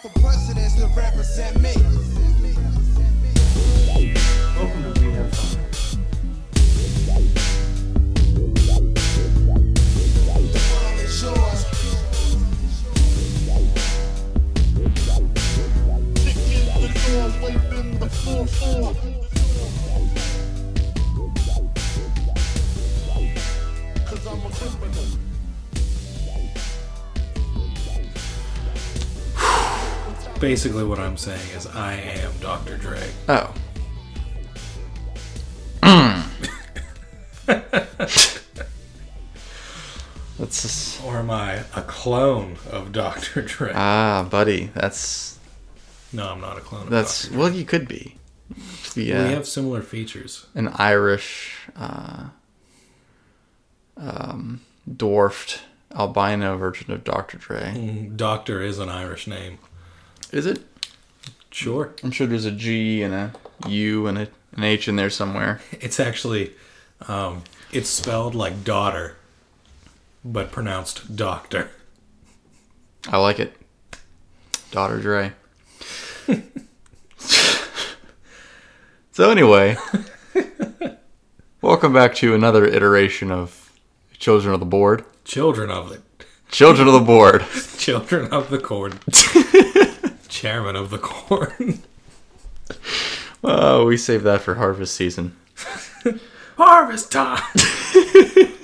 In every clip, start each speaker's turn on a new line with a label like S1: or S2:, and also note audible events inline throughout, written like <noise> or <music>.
S1: For presidents to represent me.
S2: Welcome to We Have Fun.
S1: The world is yours.
S3: Basically, what I'm saying is, I am Dr. Dre.
S4: Oh.
S3: Hmm.
S4: that's just,
S3: Or am I a clone of <laughs> Dr. Dre?
S4: ah, buddy. That's
S3: no, I'm not a clone of
S4: that's
S3: Dr.
S4: well, you could be.
S3: Dre.
S4: Yeah,
S3: We have similar features.
S4: an Irish, uh, um, dwarfed albino version of Dr. Dre.
S3: Mm, Doctor is an Irish name.
S4: Is it?
S3: Sure. <laughs>
S4: I'm sure there's a G and a U and a, an H in there somewhere.
S3: It's actually, um, it's spelled like daughter, but pronounced doctor.
S4: I like it. Daughter <laughs> Dre. so anyway, welcome back to another iteration of Children of the Board.
S3: Children of the <laughs>
S4: Children of the Board.
S3: children of the corn. Chairman of the corn.
S4: <laughs>
S3: <laughs>
S4: Oh, we saved that for harvest season.
S3: Harvest time. <laughs>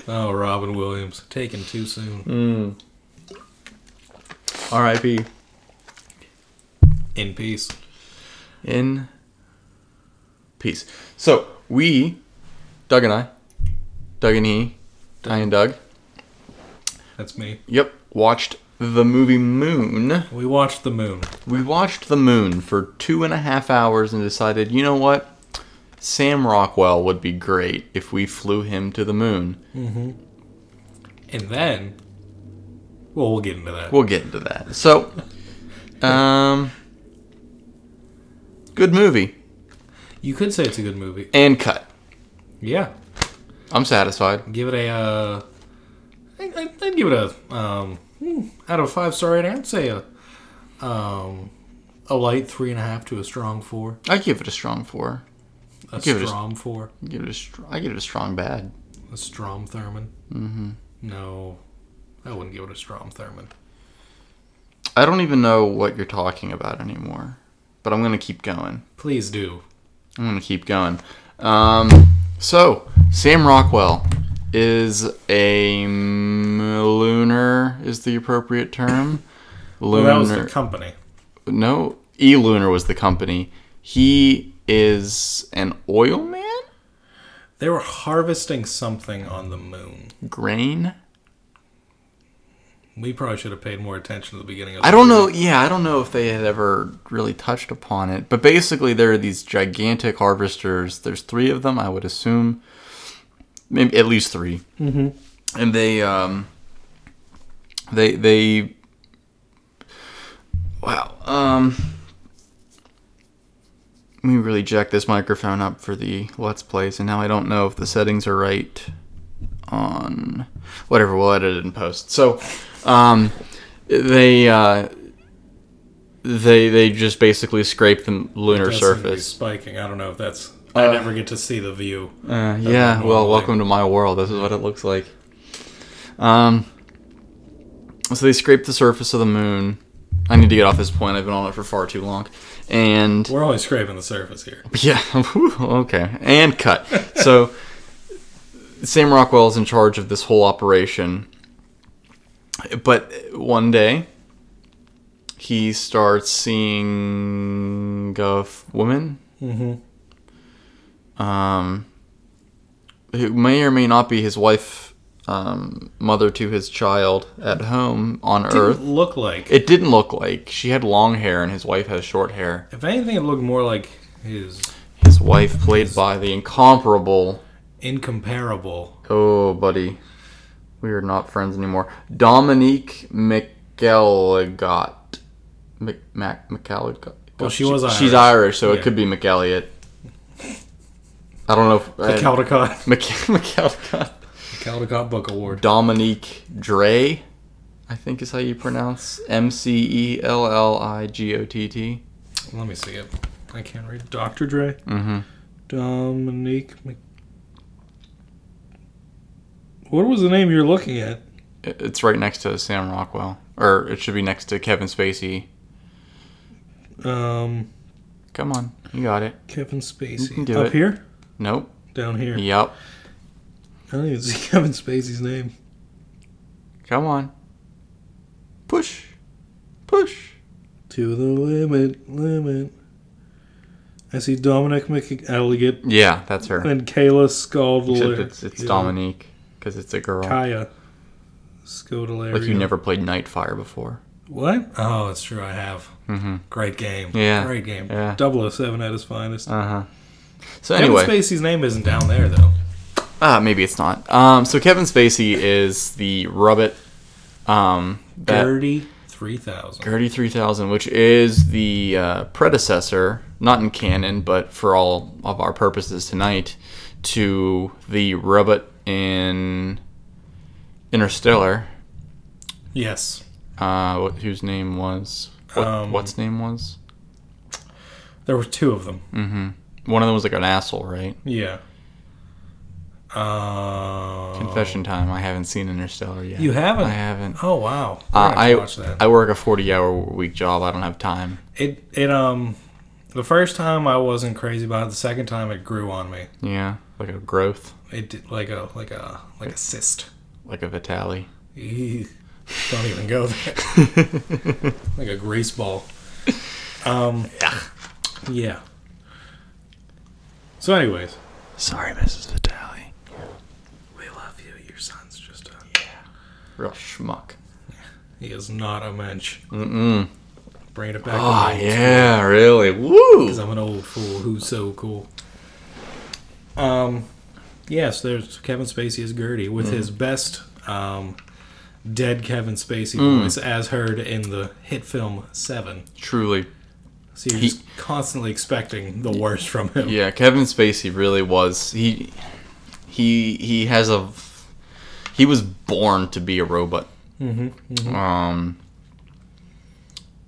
S3: oh, Robin Williams, taken too soon.
S4: Mm. R.I.P.
S3: In peace.
S4: In peace. So we, Doug and I, Doug and he, I and Doug.
S3: That's me.
S4: Yep, watched the movie Moon.
S3: We watched the moon.
S4: We watched The Moon for two and a half hours and decided, you know what? Sam Rockwell would be great if we flew him to the moon.
S3: And then, well, we'll get into that.
S4: We'll get into that. So, um, good movie
S3: You could say it's a good movie.
S4: and cut.
S3: Yeah,
S4: I'm satisfied.
S3: give it a. Uh, I, I, I'd give it a um, hmm, out of five star rating. I'd say a um, a light three and a half to a strong four.
S4: I give it a strong four.
S3: A
S4: Give it a-
S3: strong four.
S4: I give it a str- I give it a strong bad.
S3: A Strom Thurman. Mm-hmm. No, I wouldn't give it a Strom Thurman.
S4: I don't even know what you're talking about anymore, but I'm gonna keep going.
S3: Please do.
S4: I'm gonna keep going. Um, so Sam Rockwell is a m- lunar is the appropriate term.
S3: Well,
S4: Lunar,
S3: that was the company.
S4: no, E Lunar was the company. He is an oil man,
S3: They were harvesting something on the moon.
S4: grain.
S3: We probably should have paid more attention to the beginning of. The
S4: I don't
S3: movie.
S4: know. Yeah, I don't know if they had ever really touched upon it. But basically, there are these gigantic harvesters. There's three of them, I would assume. Maybe at least 3 Mm-hmm. And they, um, they, they. Wow. Um, let me really jack this microphone up for the let's plays, and now I don't know if the settings are right on whatever. We'll edit it in post. So, um they uh, they they just basically scrape the lunar
S3: Does seem to be
S4: surface.
S3: spiking. I don't know if that's. I
S4: Uh,
S3: never get to see the view.
S4: Uh, yeah,
S3: normal
S4: well,
S3: thing.
S4: welcome to my world. This is what it looks like. Um, so they scrape the surface of the moon. I need to get off this point. I've been on it for far too long. And
S3: We're only scraping the surface here.
S4: yeah, <laughs> whew, okay, and cut. so Sam Rockwell is in charge of this whole operation. But one day, he starts seeing a f- woman um, who may or may not be his wife, um, mother to his child at home on Earth.
S3: Didn't look like.
S4: It didn't look like she had long hair, and his wife has short hair.
S3: If anything, it looked more like his
S4: His wife, played by the incomparable,
S3: incomparable.
S4: oh buddy, we are not friends anymore. Dominique McElligott. Mc, Mac, McElligott.
S3: Well, she was
S4: She's
S3: Irish.
S4: Irish, so
S3: Yeah.
S4: it could be McElliot. I don't know. If, uh, I- <laughs>
S3: Caldecott.
S4: Mc- McElligott.
S3: Caldecott Book Award.
S4: Dominique Dre. I think is how you pronounce M C E L L I G O T T.
S3: Let me see it. I can't read. Dr. Dre.
S4: Mm-hmm.
S3: Dominique Mc... What was the name you're looking at?
S4: It's right next to Sam Rockwell, or it should be next to Kevin Spacey.
S3: Um,
S4: Come on, you got it.
S3: Kevin
S4: You can
S3: Spacey.
S4: do
S3: Up
S4: it.
S3: here?
S4: Nope.
S3: Down here.
S4: Yep.
S3: I don't even see <laughs> Kevin Spacey's name.
S4: Come on. Push. Push.
S3: To the limit, limit. I see Dominic McElligott
S4: Yeah, that's her.
S3: and Kayla Scaldler.
S4: Except it's it's Dominique because it's a girl.
S3: Kaya Scodelario.
S4: Like you never played Nightfire before.
S3: What? Oh, it's true. I have.
S4: Mm-hmm.
S3: Great game.
S4: Yeah.
S3: Great game.
S4: Yeah.
S3: 007 at his finest.
S4: Uh huh. So anyway,
S3: Kevin Spacey's name isn't down there, though.
S4: Ah, maybe it's not. Um, so Kevin Spacey is the Rubbit. Um, that
S3: Thirty three thousand.
S4: Gertie three thousand, which is the uh, predecessor, not in canon, but for all of our purposes tonight, to the Rubbit in Interstellar,
S3: Yes.
S4: uh, wh- whose name was what,
S3: Um,
S4: what's name was.
S3: There were two of them.
S4: hmm One of them was like an asshole, right?
S3: Yeah. Uh,
S4: Confession time. I haven't seen Interstellar yet.
S3: You haven't?
S4: I haven't.
S3: Oh wow. We're gonna
S4: Uh,
S3: have
S4: I
S3: to watch that.
S4: I work a forty hour week job. I don't have time.
S3: it it um the first time I wasn't crazy about it. The second time it grew on me.
S4: Yeah, like a growth,
S3: It did like a like a like a cyst.
S4: like a Vitali.
S3: <laughs> Eeh. Don't even go there. <laughs> like a grease ball. Um, yeah. So, anyways,
S4: Sorry, Mrs. Vitali.
S3: we love you. Your son's just a.
S4: Real schmuck.
S3: He is not a mensch.
S4: Mm-mm.
S3: Bring it back.
S4: Oh
S3: to me.
S4: yeah, really.
S3: 'Cause
S4: Woo.
S3: I'm an old fool who's so cool. Um, yes, there's Kevin Spacey as Gertie with his best um, dead Kevin Spacey voice as heard in the hit film Seven.
S4: Truly.
S3: So you're
S4: He-
S3: just constantly expecting the worst from him.
S4: Yeah, Kevin Spacey really was. He he he has a he was born to be a robot.
S3: Mm-hmm.
S4: Um.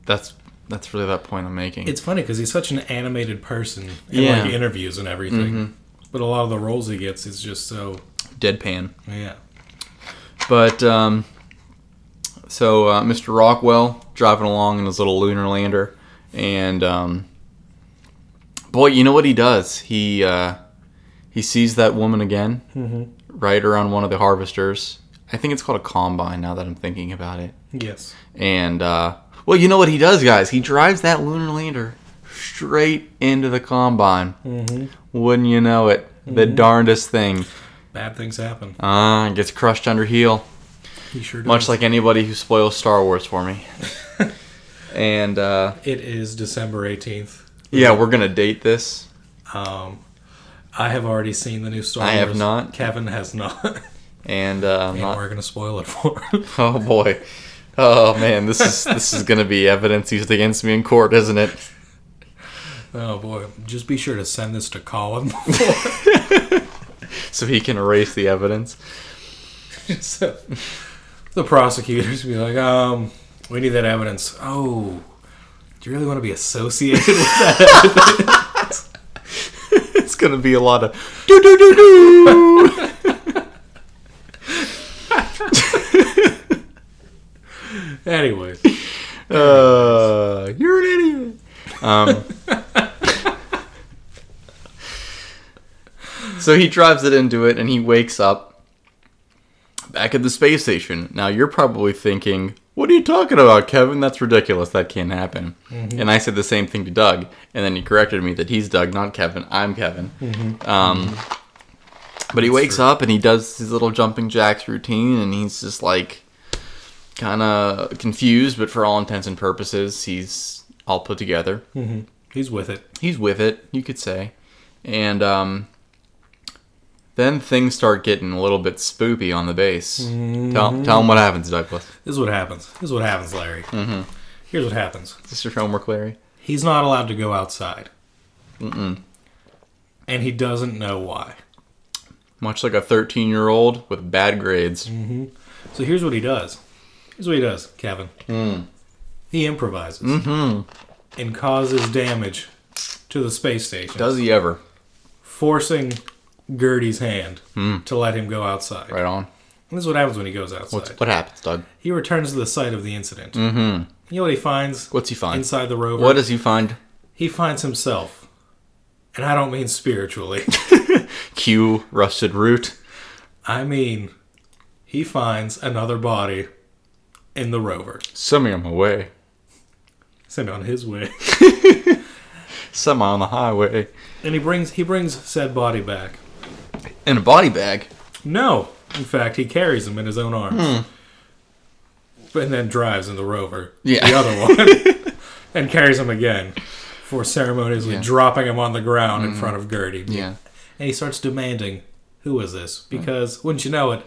S4: That's that's really that point I'm making.
S3: It's funny because he's such an animated person in
S4: Yeah.
S3: like interviews and everything, but a lot of the roles he gets is just so
S4: deadpan.
S3: yeah.
S4: But um, so uh, Mr. Rockwell driving along in his little lunar lander, and um, boy, you know what he does? He uh, he sees that woman again, right around one of the harvesters. I think it's called a combine. Now that I'm thinking about it,
S3: Yes.
S4: and uh, well, you know what he does, guys? He drives that lunar lander straight into the combine.
S3: Mm-hmm.
S4: Wouldn't you know it? The darndest thing.
S3: Bad things happen.
S4: Ah, gets crushed under heel.
S3: He sure does.
S4: much like anybody who spoils Star Wars for me. and uh,
S3: it is December eighteenth.
S4: yeah, we're gonna date this.
S3: Um, I have already seen the new Star
S4: I
S3: Wars.
S4: have not.
S3: Kevin has not. <laughs> and
S4: And uh, I'm not.
S3: we're gonna spoil it for him.
S4: <laughs>
S3: <laughs>
S4: Oh boy. Oh man, this is this is gonna be evidence used against me in court, isn't it?
S3: oh boy! Just be sure to send this to Colin. <laughs>
S4: So he can erase the evidence. <laughs>
S3: so the prosecutors be like, um, we need that evidence. Oh, do you really want to be associated <laughs> with
S4: It's gonna be a lot of do do do do. <laughs>
S3: Anyways,
S4: Uh, you're an idiot. Um, so he drives it into it and he wakes up back at the space station. Now you're probably thinking, what are you talking about, Kevin? That's ridiculous. That can't happen. And I said the same thing to Doug. And then he corrected me that he's Doug, not Kevin. I'm Kevin. Um, but he wakes up and he does his little jumping jacks routine and he's just like kind of confused, but for all intents and purposes, he's all put together.
S3: he's with it.
S4: He's with it, you could say. And um, then things start getting a little bit spoopy on the base.
S3: Mm-hmm.
S4: Tell, tell him what happens, Douglas.
S3: This is what happens. This is what happens, Larry. Mm-hmm. Here's what happens.
S4: Is this your homework, Larry?
S3: He's not allowed to go outside. Mm-mm. And he doesn't know why.
S4: Much like a 13 year old with bad grades.
S3: Mm. So here's what he does. Here's what he does, Kevin.
S4: Hmm.
S3: He improvises
S4: Mm-hmm.
S3: and causes damage to the space station,
S4: Does he ever?
S3: forcing Gertie's hand to let him go outside.
S4: Hmm. Right on.
S3: And this is what happens when he goes outside.
S4: What's, what happens, Doug?
S3: He returns to the site of the incident. Mm-hmm. You know what he finds
S4: What's he find?
S3: inside the rover?
S4: What does he find?
S3: he finds himself, and I don't mean
S4: <laughs>
S3: spiritually.
S4: Q rusted root.
S3: I mean, he finds another body in the rover.
S4: Send me on my way.
S3: Send it on his way. <laughs>
S4: Send me on the highway.
S3: and he brings he brings said body back.
S4: In a body bag.
S3: No, in fact, he carries him in his own arms, But and then drives in the rover,
S4: Hmm. Yeah.
S3: the
S4: <laughs>
S3: other one, and carries him again for ceremoniously
S4: Yeah. Hmm.
S3: dropping him on the ground in front of Gertie.
S4: Yeah. Hmm.
S3: and he starts demanding, "Who is this?" Because wouldn't you know it,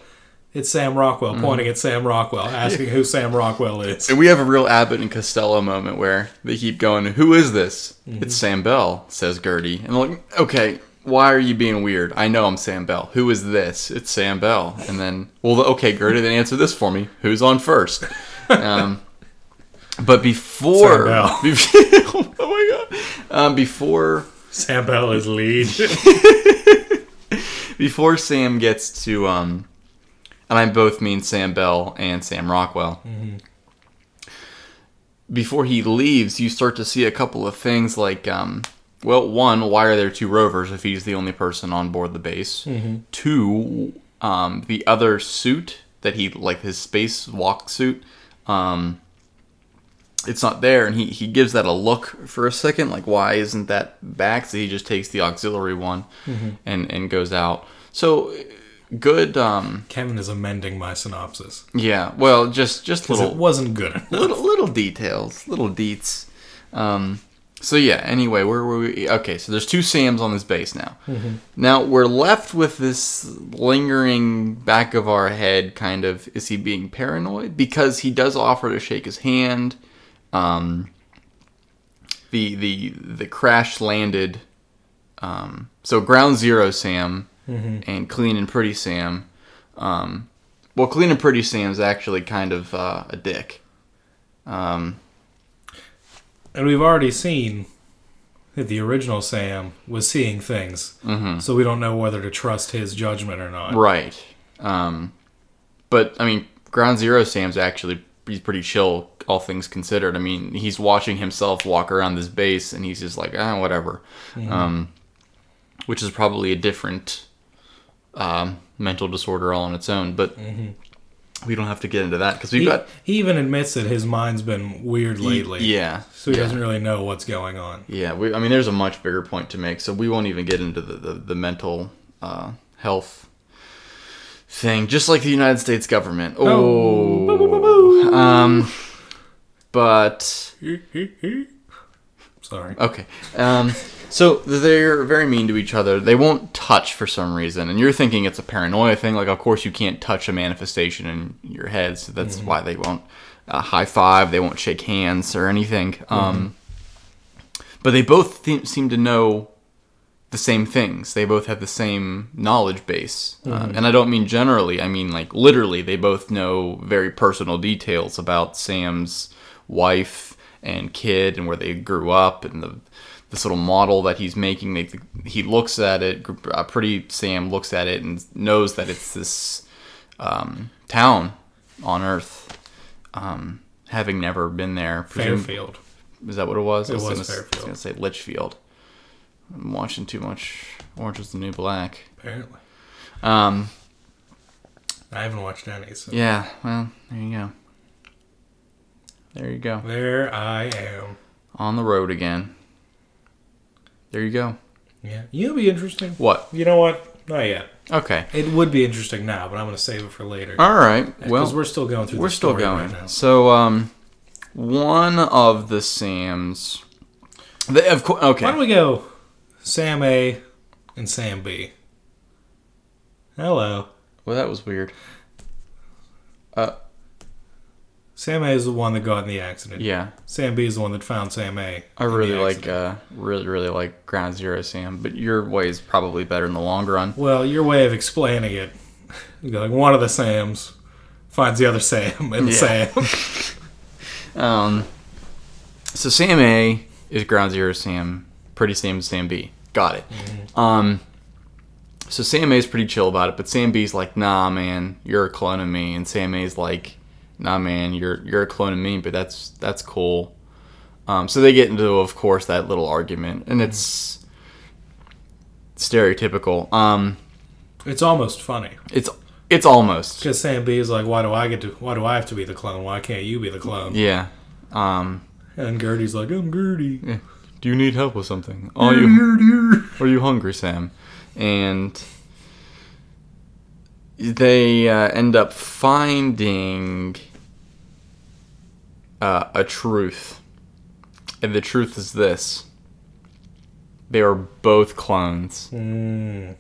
S3: it's Sam Rockwell pointing at Sam Rockwell, asking who Sam Rockwell
S4: <laughs>
S3: is.
S4: And we have a real Abbott and Costello moment where they keep going, Who is this?
S3: Mm-hmm.
S4: It's Sam Bell, says Gertie. And they're like, okay, why are you being weird? I know I'm Sam Bell. Who is this? It's Sam Bell. And then, well, okay, Gertie, then answer this for me. Who's on first? Um, but before.
S3: <laughs> Sam Bell.
S4: <laughs> bef- <laughs> oh my God. Um, before.
S3: Sam Bell is lead. <laughs>
S4: before Sam gets to um, and I both mean Sam Bell and Sam Rockwell. Before he leaves, you start to see a couple of things like, um, well, one, why are there two rovers if he's the only person on board the base? Two, um, the other suit that he like his space walk suit, um, it's not there, and he he gives that a look for a second, like why isn't that back? So he just takes the auxiliary one and and goes out. So good, um,
S3: Kevin is amending my synopsis
S4: yeah. Well, just just
S3: 'Cause
S4: little
S3: it wasn't good.
S4: <laughs> little little details, little deets. Um, so yeah. Anyway, where were we? Okay, so there's two Sams on this base now. Now we're left with this lingering back of our head kind of: is he being paranoid? Because he does offer to shake his hand. Um, the the the crash landed. Um, so ground zero Sam and clean and pretty Sam. Um, well, clean and pretty Sam's actually kind of uh, a dick. Um,
S3: And we've already seen that the original Sam was seeing things, so we don't know whether to trust his judgment or not.
S4: Mm-hmm. right. Um, but I mean, Ground Zero Sam's actually he's pretty chill, all things considered. I mean, he's watching himself walk around this base, and he's just like, ah, whatever. Um, which is probably a different um, mental disorder all on its own, but. We don't have to get into that because we've
S3: He,
S4: got
S3: he even admits that his mind's been weird lately.
S4: yeah,
S3: So he
S4: yeah.
S3: doesn't really know what's going on.
S4: Yeah, we, I mean, there's a much bigger point to make, so we won't even get into the, the, the mental uh, health thing, just like the United States government. Oh. Um, but,
S3: <laughs> Sorry.
S4: okay. Um, so they're very mean to each other. They won't touch for some reason, and you're thinking it's a paranoia thing. Like, of course, you can't touch a manifestation in your head, so that's why they won't uh, high five, they won't shake hands or anything. Um, but they both th- seem to know the same things. They both have the same knowledge base, um, and I don't mean generally. I mean like literally. They both know very personal details about Sam's wife and kid, and where they grew up, and the this little model that he's making. They, he looks at it. gr- Uh, pretty Sam looks at it and knows that it's this um, town on Earth. Um, having never been there, presum-
S3: Fairfield.
S4: is that what it was?
S3: It
S4: I was,
S3: was
S4: gonna, I was
S3: Fairfield.
S4: gonna say Litchfield. I'm watching too much Orange is the New Black.
S3: Apparently.
S4: Um,
S3: I haven't watched any, so
S4: yeah, well, there you go. There you go.
S3: there I am.
S4: On the road again. There you go.
S3: Yeah. You'll be interesting.
S4: What?
S3: You know what? Not yet.
S4: Okay.
S3: It would be interesting now, but I'm going to save it for later.
S4: All right. Well,
S3: Because we're still going through
S4: we're
S3: the
S4: still
S3: story
S4: going.
S3: right now.
S4: so, um, one of the Sams. They, of course. Okay.
S3: Why don't we go Sam A and Sam B? Hello.
S4: well, that was weird.
S3: Sam A is the one that got in the accident.
S4: Yeah.
S3: Sam B is the one that found Sam A.
S4: I really like uh, really really like Ground Zero Sam, but your way is probably better in the long run.
S3: <laughs> Well, your way of explaining it, like one of the Sams finds the other Sam and
S4: Yeah.
S3: Sam.
S4: <laughs> Um, so Sam A is ground zero Sam, pretty Sam to Sam B. Got it. Um, so Sam A is pretty chill about it, but Sam B's like, nah, man, you're a clone of me, and Sam A's like, nah, man, you're you're a clone of me, but that's that's cool. Um, so they get into, of course, that little argument, and it's stereotypical. Um,
S3: <laughs> it's almost funny
S4: it's it's almost
S3: because Sam B is like, "Why do I get to? Why do I have to be the clone? Why can't you be the clone?"
S4: yeah. Um,
S3: And Gertie's like, "I'm Gertie."
S4: do you need help with something? Are you? Are you hungry, Sam? And they uh, end up finding uh, a truth. And the truth is this they are both clones. Hmm.
S3: Mm.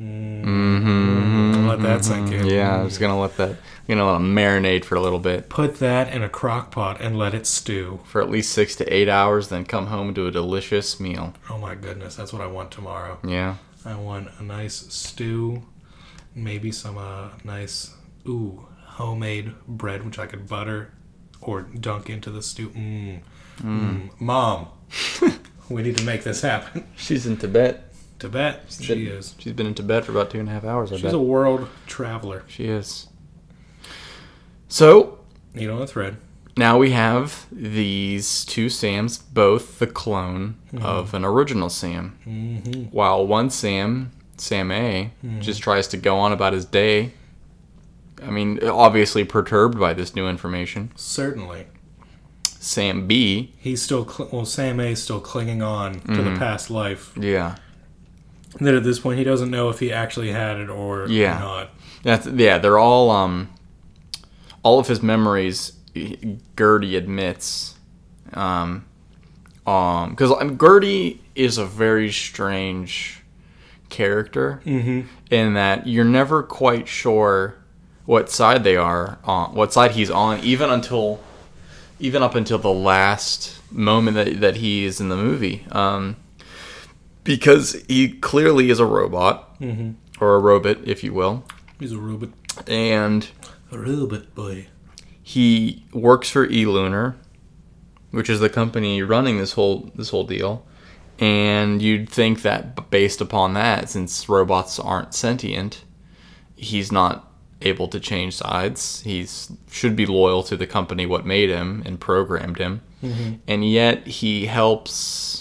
S3: Mm.
S4: Mm-hmm.
S3: Let that sink in.
S4: Yeah, I was going to let that, you know, let it marinate for a little bit,
S3: Put that in a crock pot and let it stew.
S4: for at least six to eight hours, then come home to a delicious meal.
S3: Oh my goodness, that's what I want tomorrow.
S4: Yeah.
S3: I want a nice stew, maybe some uh, nice ooh homemade bread which I could butter or dunk into the stew. Mmm. Mm. Mom, <laughs> we need to make this happen.
S4: She's in Tibet.
S3: Tibet, she is.
S4: She's been in Tibet for about two and a half hours, I
S3: She's
S4: bet.
S3: a world traveler.
S4: She is. So
S3: Needle on a thread.
S4: now we have these two Sams, both the clone of an original Sam.
S3: Mm-hmm.
S4: While one Sam, Sam A, just tries to go on about his day. I mean, obviously perturbed by this new information.
S3: Certainly.
S4: Sam B,
S3: He's still, cl- well, Sam A is still clinging on to
S4: Mm-hmm.
S3: the past life.
S4: yeah,
S3: That at this point, he doesn't know if he actually had it or
S4: Yeah.
S3: not.
S4: That's yeah. They're all um, all of his memories. Gertie admits, um, um, because Gertie is a very strange character
S3: Mm-hmm.
S4: in that you're never quite sure what side they are on, what side he's on, even until, even up until the last moment that that he is in the movie, um, because he clearly is a robot
S3: Mhm.
S4: or a robot, if you will
S3: He's a robot.
S4: and
S3: A robot boy.
S4: he works for eLunar, which is the company running this whole this whole deal. And you'd think that b- based upon that, since robots aren't sentient, he's not able to change sides. He's should be loyal to the company what made him and programmed him. And yet he helps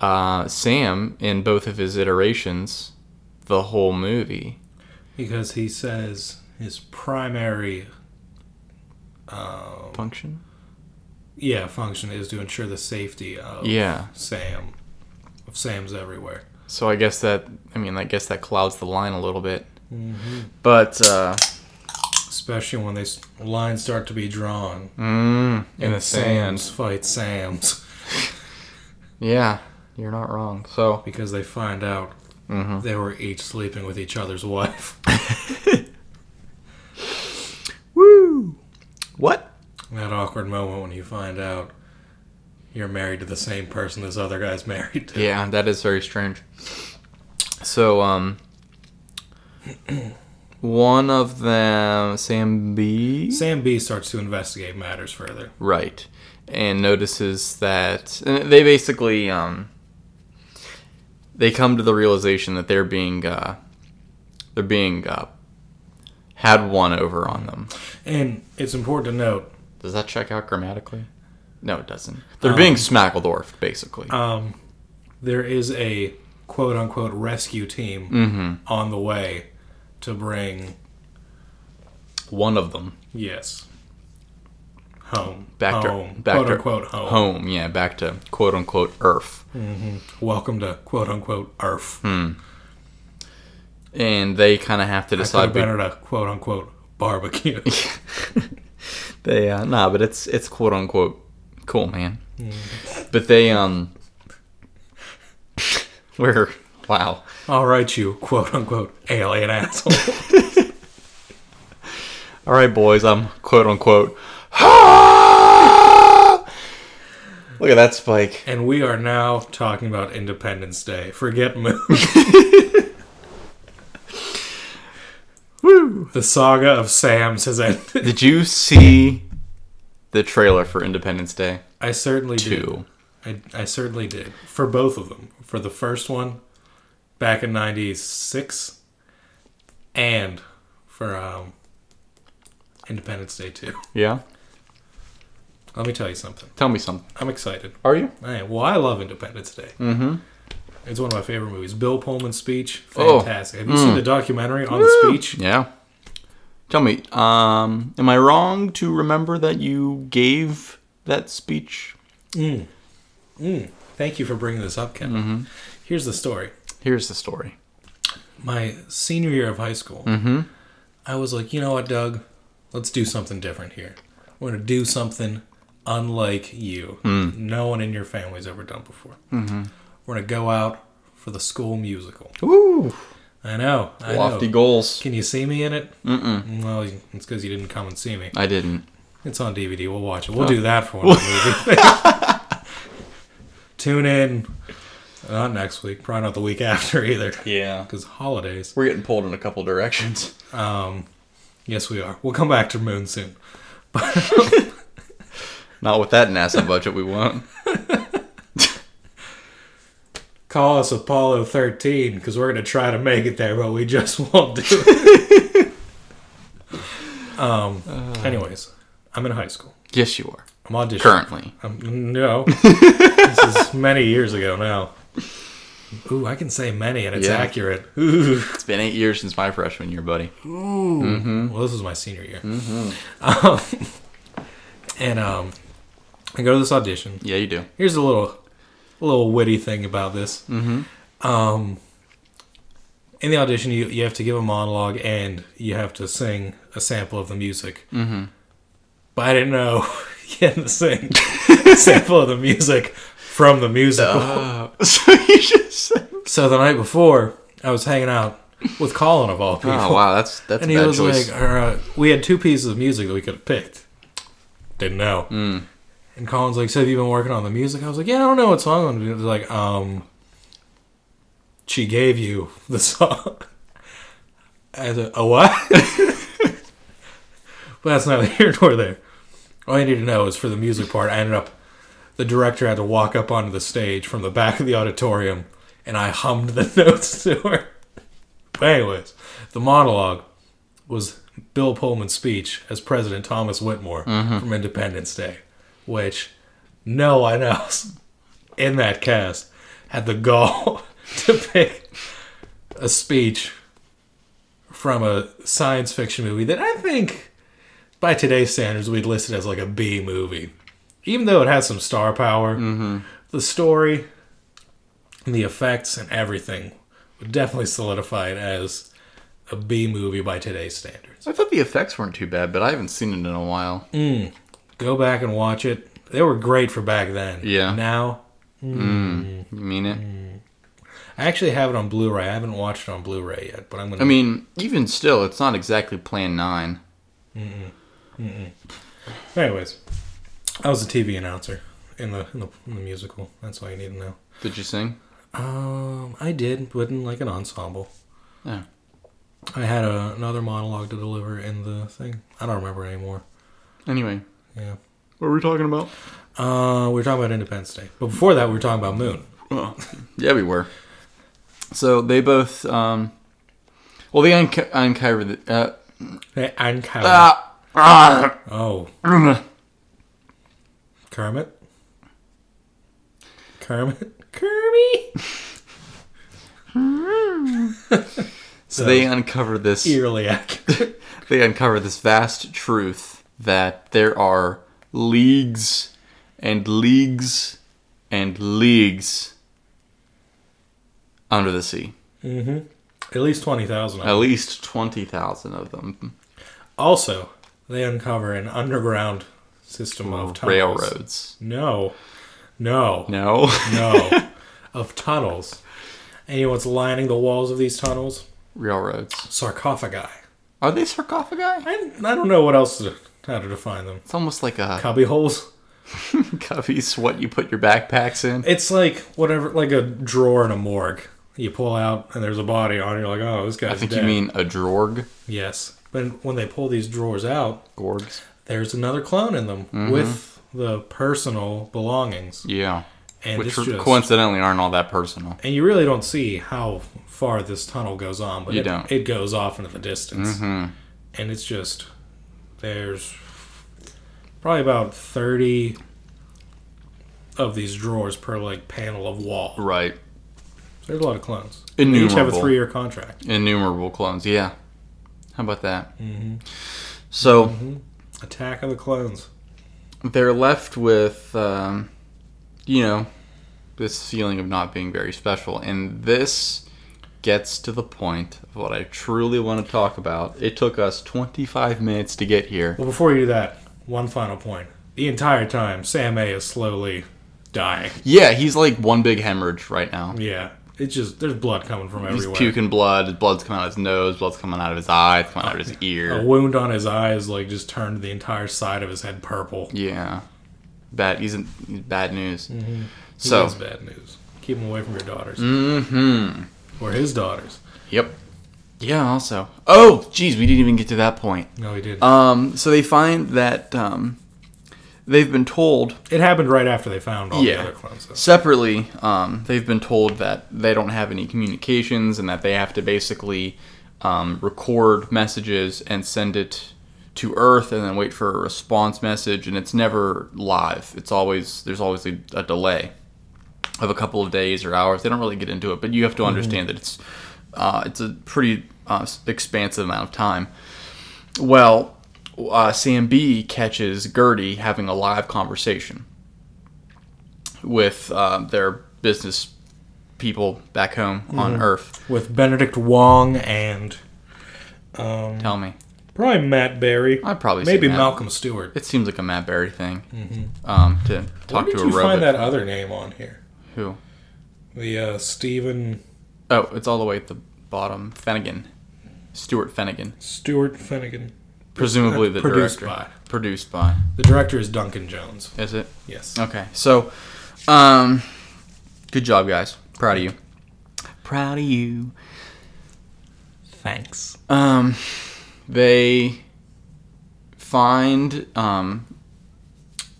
S4: uh, Sam in both of his iterations the whole movie.
S3: Because he says his primary, um,
S4: Function?
S3: yeah, function is to ensure the safety of
S4: Yeah.
S3: Sam, of Sam's everywhere.
S4: So I guess that I mean I guess that clouds the line a little bit. Mm-hmm. But uh,
S3: Especially when these lines start to be drawn
S4: mm, in
S3: and
S4: the
S3: Sam's
S4: sands,
S3: fight Sam's
S4: yeah, you're not wrong. So
S3: because they find out
S4: Mm-hmm.
S3: they were each sleeping with each other's wife. <laughs>
S4: woo, what?
S3: that awkward moment when you find out you're married to the same person this other guy's <laughs> married to.
S4: Yeah, that is very strange. So um, one of them, Sam B,
S3: Sam B starts to investigate matters further.
S4: right, and notices that and they basically um, they come to the realization that they're being uh, they're being uh, had one over on them.
S3: And it's important to note
S4: Does that check out grammatically? Oh. No, it doesn't. They're
S3: Um,
S4: being smackledorfed, basically.
S3: um, there is a quote unquote rescue team
S4: Mm-hmm.
S3: on the way to bring
S4: One of them
S3: yes home
S4: back
S3: home
S4: to back
S3: quote
S4: to
S3: unquote home.
S4: home. Yeah, back to quote unquote Earth,
S3: welcome to quote unquote earth
S4: Hmm, and they kind of have to
S3: I could have
S4: decide.
S3: been at a quote unquote barbecue <laughs>
S4: they uh, nah, but it's it's quote unquote cool, man. But they um, <laughs> we're wow.
S3: all right you quote unquote alien
S4: <laughs>
S3: asshole
S4: All right, boys, I'm quote unquote. <laughs> Look at that spike.
S3: and we are now talking about independence
S4: <laughs>
S3: day forget moon
S4: Woo!
S3: The saga of Sam's has ended.
S4: Did you see the trailer for Independence Day
S3: I certainly did.
S4: 2?
S3: I, I certainly did. For both of them. For the first one back in 96 and for um, Independence Day 2.
S4: Yeah?
S3: Let me tell you something.
S4: Tell me something.
S3: I'm excited.
S4: Are you?
S3: I am. Well, I love Independence Day. Mm-hmm. It's one of my favorite movies. Bill Pullman's speech,
S4: Oh.
S3: fantastic. Have you seen the documentary on the speech?
S4: Yeah. Tell me, um, am I wrong to remember that you gave that speech?
S3: Thank you for bringing this up, Kevin. Here's the story.
S4: Here's the story.
S3: my senior year of high school,
S4: Mm-hmm.
S3: I was like, you know what, Doug? Let's do something different here. We're going to do something unlike you.
S4: Hmm.
S3: No one in your family's ever done before.
S4: Mm-hmm.
S3: We're going to go out for the school musical.
S4: Ooh,
S3: I know. I
S4: lofty
S3: know.
S4: goals.
S3: Can you see me in it? Mm-mm. Well, it's because you didn't come and see me.
S4: I didn't.
S3: It's on DVD. We'll watch it. We'll do that
S4: <laughs>
S3: for one of the movie. <laughs> Tune in. Not next week. Probably not the week after either.
S4: Yeah,
S3: Because holidays.
S4: we're getting pulled in a couple directions. <laughs>
S3: Yes, we are. We'll come back to Moon soon.
S4: Not with that NASA budget, we won't.
S3: Call us Apollo 13 because we're going to try to make it there, but we just <laughs> won't do it. um, anyways, I'm in high school.
S4: <laughs> Yes, you are
S3: I'm auditioning.
S4: currently.
S3: Um, no. this is many years ago now. Ooh, I can say many and it's
S4: Yeah.
S3: accurate. Ooh.
S4: It's been eight years since my freshman year, buddy.
S3: Well, this was my senior year. Um, <laughs> and um, I go to this audition.
S4: Yeah, you do.
S3: here's a little a little witty thing about this. Mm-hmm. Um, in the audition, you, you have to give a monologue and you have to sing a sample of the music. Mm-hmm. But I didn't know <laughs> you had to sing a sample of the music from the musical.
S4: <laughs> so you just said,
S3: So the night before, I was hanging out with Colin of all people.
S4: "Oh wow, that's that's
S3: And
S4: a
S3: he
S4: bad
S3: was
S4: choice."
S3: like, or, uh, we had two pieces of music that we could have picked. Didn't know.
S4: Mm.
S3: And Colin's like, so have you been working on the music? I was like, yeah, I don't know what song I'm going to do. He's like, um, she gave you the song. <laughs> I said, a what? <laughs> but that's neither <laughs> here nor there. All you need to know is for the music part, I ended up, the director had to walk up onto the stage from the back of the auditorium, and I hummed the <laughs> notes to her. But anyways, the monologue was Bill Pullman's speech as President Thomas Whitmore from Independence Day, which no one else <laughs> in that cast had the gall <laughs> to pick a speech from a science fiction movie that I think by today's standards we'd list it as like a B movie. Even though it has some star power, the story and the effects and everything would definitely solidify it as a B movie by today's standards.
S4: I thought the effects weren't too bad, but I haven't seen it in a while.
S3: Go back and watch it. They were great for back then.
S4: Yeah.
S3: Now,
S4: You mean it?
S3: I actually have it on Blu ray. I haven't watched it on Blu ray yet, but I'm going to.
S4: I mean, even still, it's not exactly Plan 9.
S3: Anyways, I was a TV announcer in the, in the, in the musical. That's all you need to know.
S4: Did you sing?
S3: Um, I did, but in like an ensemble.
S4: Yeah.
S3: I had a, another monologue to deliver in the thing. I don't remember anymore.
S4: Anyway,
S3: Yeah.
S4: what were we talking about?
S3: Uh, we were talking about Independence Day, but before that, we were talking about Moon.
S4: yeah, we were. So they both, um, well, they unco- uncovered the, uh,
S3: Hey, And Kyle.
S4: ah, ah,
S3: Oh, Kermit. Kermit. Kermit.
S4: so they uncovered this,
S3: Eerily accurate.
S4: they uncovered this vast truth that there are leagues and leagues and leagues under the sea.
S3: At least twenty thousand.
S4: At least 20,000 of them.
S3: Also, they uncover an underground system of tunnels.
S4: Railroads.
S3: No, no,
S4: <laughs> No.
S3: no, of tunnels. And you know what's lining the walls of these tunnels?
S4: Railroads.
S3: Sarcophagi.
S4: Are they sarcophagi?
S3: I, I don't know what else to, how to define them.
S4: It's almost like a
S3: Cubby holes.
S4: <laughs> cubby's what you put your backpacks in.
S3: It's like whatever, like a drawer in a morgue. You pull out and there's a body on. it. You're like, oh, this guy's
S4: I think
S3: dead.
S4: you mean a drorg.
S3: yes. But when they pull these drawers out,
S4: Gorgs.
S3: there's another clone in them
S4: Mm-hmm.
S3: with the personal belongings.
S4: Yeah.
S3: And
S4: Which
S3: it's just,
S4: coincidentally aren't all that personal.
S3: and you really don't see how far this tunnel goes on, but
S4: You
S3: it,
S4: don't.
S3: it goes off into the distance.
S4: hmm
S3: And it's just there's probably about thirty of these drawers per like panel of wall.
S4: Right.
S3: There's a lot of clones. They each have a
S4: Innumerable.
S3: three year contract.
S4: Innumerable clones. Yeah. How about that? So
S3: Attack of the clones.
S4: they're left with, um, you know, this feeling of not being very special. And this gets to the point of what I truly want to talk about. It took us 25 minutes to get here.
S3: Well, before you do that, one final point. The entire time, Sam A is slowly dying.
S4: Yeah, he's like one big hemorrhage right now.
S3: Yeah, it's just there's blood coming from
S4: He's
S3: everywhere.
S4: puking blood. His blood's coming out of his nose. Blood's coming out of his eye. It's coming out of his
S3: A
S4: ear.
S3: wound on his eye is like just turned the entire side of his head purple.
S4: Yeah, bad. He's in bad news.
S3: So
S4: So,
S3: that's bad news. Keep him away from your daughters
S4: hmm
S3: or his daughters.
S4: yep, yeah. Also, oh, geez, we didn't even get to that point.
S3: No, he didn't.
S4: Um, so they find that um, they've been told
S3: it happened right after they found all
S4: Yeah.
S3: the other clones. though.
S4: separately. Um, they've been told that they don't have any communications and that they have to basically um, record messages and send it to Earth and then wait for a response message. And it's never live. It's always there's always a, a delay of a couple of days or hours. They don't really get into it, but you have to understand that it's uh, it's a pretty uh, s- expansive amount of time. Well, uh, Sam B catches Gertie having a live conversation with uh, their business people back home on Earth.
S3: With Benedict Wong and
S4: Tell me,
S3: probably Matt Barry.
S4: I'd probably say
S3: maybe
S4: Matt.
S3: Malcolm Stewart.
S4: It seems like a Matt Berry thing um, to
S3: Where
S4: talk
S3: did
S4: to a
S3: you
S4: robot.
S3: find that other name on here?
S4: Who?
S3: The uh, Stephen
S4: Oh, it's all the way at the bottom. Finnegan, Stuart Finnegan,
S3: Stewart Finnegan.
S4: presumably the
S3: Produced
S4: director.
S3: by.
S4: Produced by.
S3: The director is Duncan Jones.
S4: Is it?
S3: Yes.
S4: Okay. So, um, good job, guys. Proud of you. Proud of you.
S3: Thanks.
S4: Um, they find um,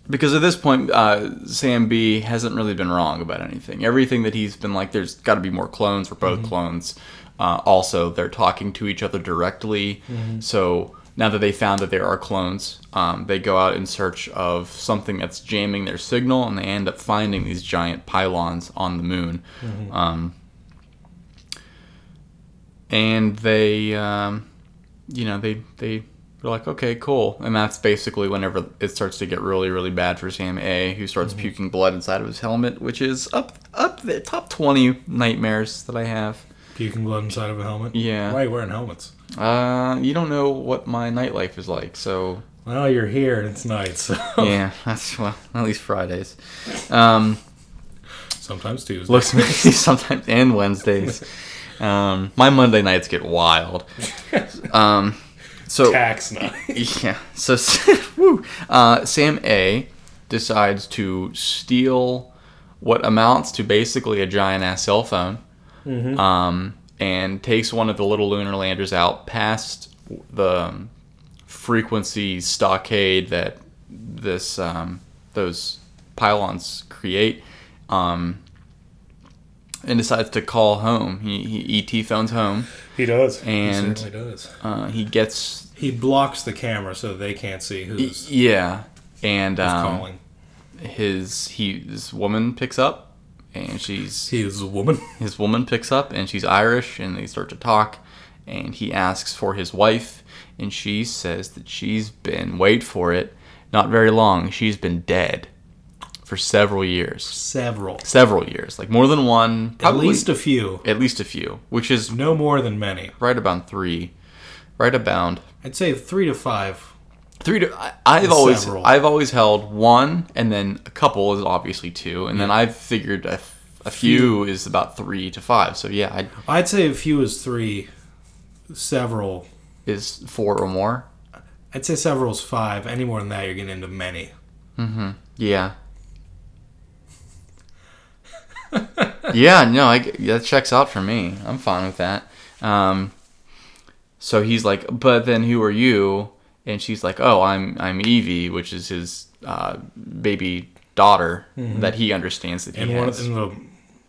S4: because at this point, uh, Sam B hasn't really been wrong about anything. Everything that he's been like, there's got to be more clones. We're both clones. Uh, also, they're talking to each other directly. So now that they found that there are clones, um, they go out in search of something that's jamming their signal, and they end up finding these giant pylons on the moon. Um, and they, um, you know, they they were like, okay, cool, and that's basically whenever it starts to get really, really bad for Sam A, who starts puking blood inside of his helmet, which is up up the top twenty nightmares that I have.
S3: Puking blood inside of a helmet.
S4: Yeah.
S3: Why are you wearing helmets?
S4: Uh, you don't know what my nightlife is like, so
S3: Well, you're here and it's night, so <laughs>
S4: yeah, <laughs> that's well, at least Fridays. Um,
S3: sometimes Tuesdays. <laughs>
S4: looks <laughs> maybe sometimes and Wednesdays. Um, my Monday nights get wild. Um, so
S3: tax night.
S4: Yeah. So, <laughs> woo. Uh, Sam A decides to steal what amounts to basically a giant ass cell phone, um, and takes one of the little lunar landers out past the um, frequency stockade that this um, those pylons create. Um, and decides to call home. He, he ET phones home,
S3: He does.
S4: And-
S3: he certainly does.
S4: uh, he gets
S3: He blocks the camera so they can't see who's, who's
S4: yeah, and um,
S3: calling.
S4: his he this woman picks up and she's
S3: He is a woman. <laughs>
S4: his woman picks up and she's Irish and they start to talk and he asks for his wife and she says that she's been wait for it not very long she's been dead for several years
S3: Several.
S4: several years like more than one probably
S3: At least a few.
S4: at least a few which is
S3: No more than many.
S4: right about 3 right about
S3: I'd say three to five.
S4: three to I, I've always
S3: Several.
S4: I've always held one and then a couple is obviously two and then I've figured a, a few is about three to five so yeah I
S3: I'd say a few is three. Several.
S4: is four or more
S3: I'd say several is five. Any more than that, you're getting into many. <laughs>
S4: yeah yeah no I, that checks out for me I'm fine with that um So he's like, "But then who are you?" And she's like, "Oh, I'm I'm Evie, which is his uh, baby daughter that he understands that he
S3: Mm-hmm. And one
S4: has."
S3: in the,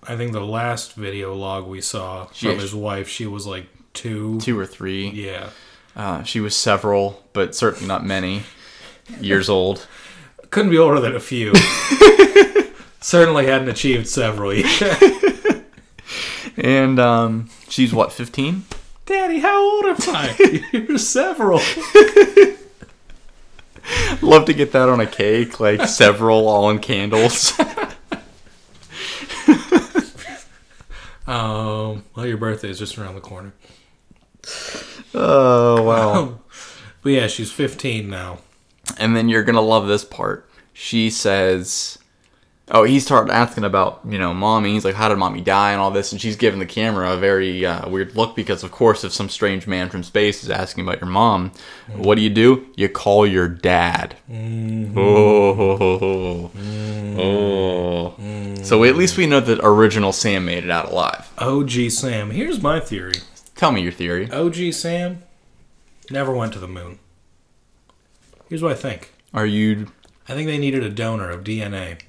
S3: I think the last video log we saw from
S4: Yeah.
S3: his wife, she was like two.
S4: two or three.
S3: Yeah.
S4: Uh, she was several, but certainly not many years old.
S3: Couldn't be older than a <laughs> few. Certainly hadn't achieved several yet.
S4: And um, she's what, 15?
S3: <laughs> Daddy, how old am I? You're <laughs> several.
S4: Love to get that on a cake, like several all in candles.
S3: Um, well, your birthday is just around the corner.
S4: <laughs> oh, wow.
S3: But yeah, she's 15 now.
S4: And then you're going to love this part. She says, Oh, he started asking about, you know, mommy. He's like, How did mommy die and all this? And she's giving the camera a very uh, weird look because, of course, if some strange man from space is asking about your mom, what do you do? You call your dad. Mm-hmm. Oh. Oh. So at least we know that original Sam made it out alive.
S3: OG Sam. Here's my theory
S4: Tell me your theory.
S3: OG Sam never went to the moon. Here's what I think
S4: Are you.
S3: I think they needed a donor of DNA.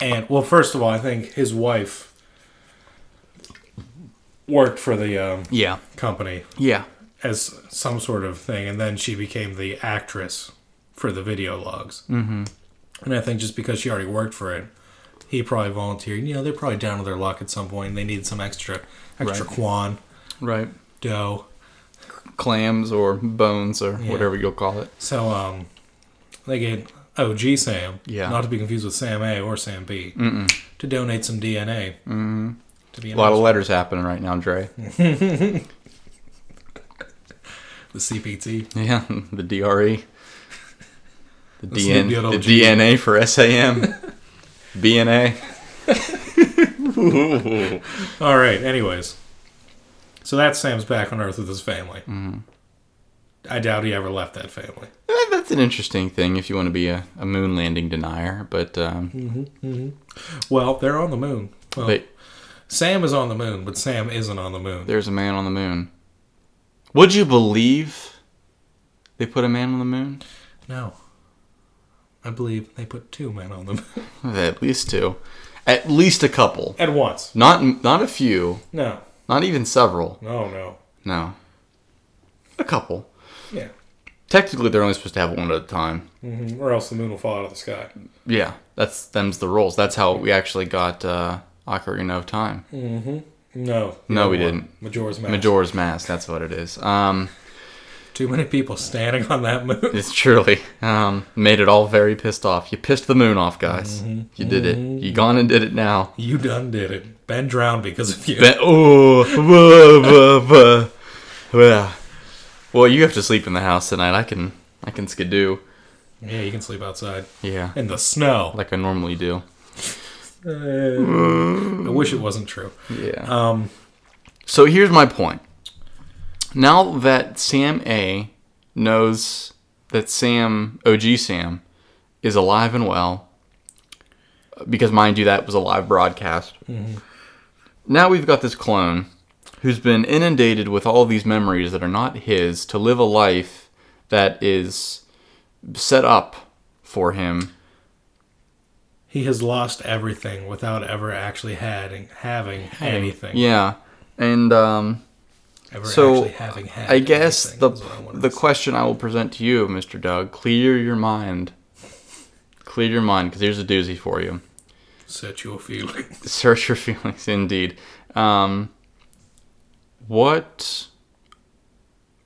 S3: And, well, first of all, I think his wife worked for the um,
S4: Yeah.
S3: company
S4: Yeah.
S3: as some sort of thing, and then she became the actress for the video logs. Mm-hmm. And I think just because she already worked for it, he probably volunteered. You know, they're probably down to their luck at some point. And they need some extra, extra
S4: Right.
S3: quan
S4: Right.
S3: dough.
S4: Clams or bones or whatever you'll call it.
S3: So um, they get OG Sam,
S4: Yeah.
S3: not to be confused with Sam A or Sam B, to donate some DNA. Mm-hmm. To be
S4: A lot of
S3: announced.
S4: letters happening right now, Dre.
S3: the CPT.
S4: <laughs> Yeah, the DRE. The,
S3: Let's look
S4: DN,
S3: good
S4: the
S3: old G.
S4: DNA for SAM. BNA.
S3: All right. Anyways, so that's Sam's back on Earth with his family.
S4: Mm-hmm.
S3: I doubt he ever left that family.
S4: Eh, That's an interesting thing if you want to be a, a moon landing denier, but um,
S3: Well, they're on the moon. Well,
S4: but
S3: Sam is on the moon, but Sam isn't on the moon.
S4: there's a man on the moon. Would you believe they put a man on the moon?
S3: No. I believe they put two men on the moon. <laughs>
S4: At least two. At least a couple.
S3: At once.
S4: Not not a few,
S3: No.
S4: not even several.
S3: No, no.
S4: No. A couple.
S3: Yeah.
S4: Technically they're only supposed to have one at a time.
S3: hmm Or else the moon will fall out of the sky.
S4: Yeah, that's them's the rules. That's how we actually got uh, Ocarina of Time,
S3: No.
S4: No, we
S3: One.
S4: didn't.
S3: Majora's Mask.
S4: Majora's Mask. That's what it is. Um,
S3: Too many people standing on that
S4: <laughs>
S3: moon.
S4: it's truly um, made it all very pissed off. You pissed the moon off, guys. You did it. You gone and did it now.
S3: You done did it. Ben drowned because of you.
S4: Be- oh, whoa, whoa, whoa. Well, well, you have to sleep in the house tonight. I can, I can skidoo.
S3: Yeah, you can sleep outside.
S4: Yeah,
S3: In the snow.
S4: <laughs> like I normally do.
S3: I wish it wasn't true.
S4: Yeah.
S3: Um,
S4: So here's my point. Now that Sam A knows that Sam, OG Sam, is alive and well, because mind you, that was a live broadcast.
S3: Mm-hmm.
S4: Now we've got this clone who's been inundated with all these memories that are not his to live a life that is set up for him.
S3: he has lost everything without ever actually had, having anything.
S4: Yeah. And, um,.
S3: Ever
S4: So,
S3: actually having had
S4: I guess
S3: anything
S4: the
S3: is what I wanted
S4: the
S3: to say.
S4: question I will present to you, Mr. Doug, clear your mind. Clear your mind, because here's a doozy for you.
S3: sexual <laughs> feeling.
S4: Search your feelings, indeed. Um, what,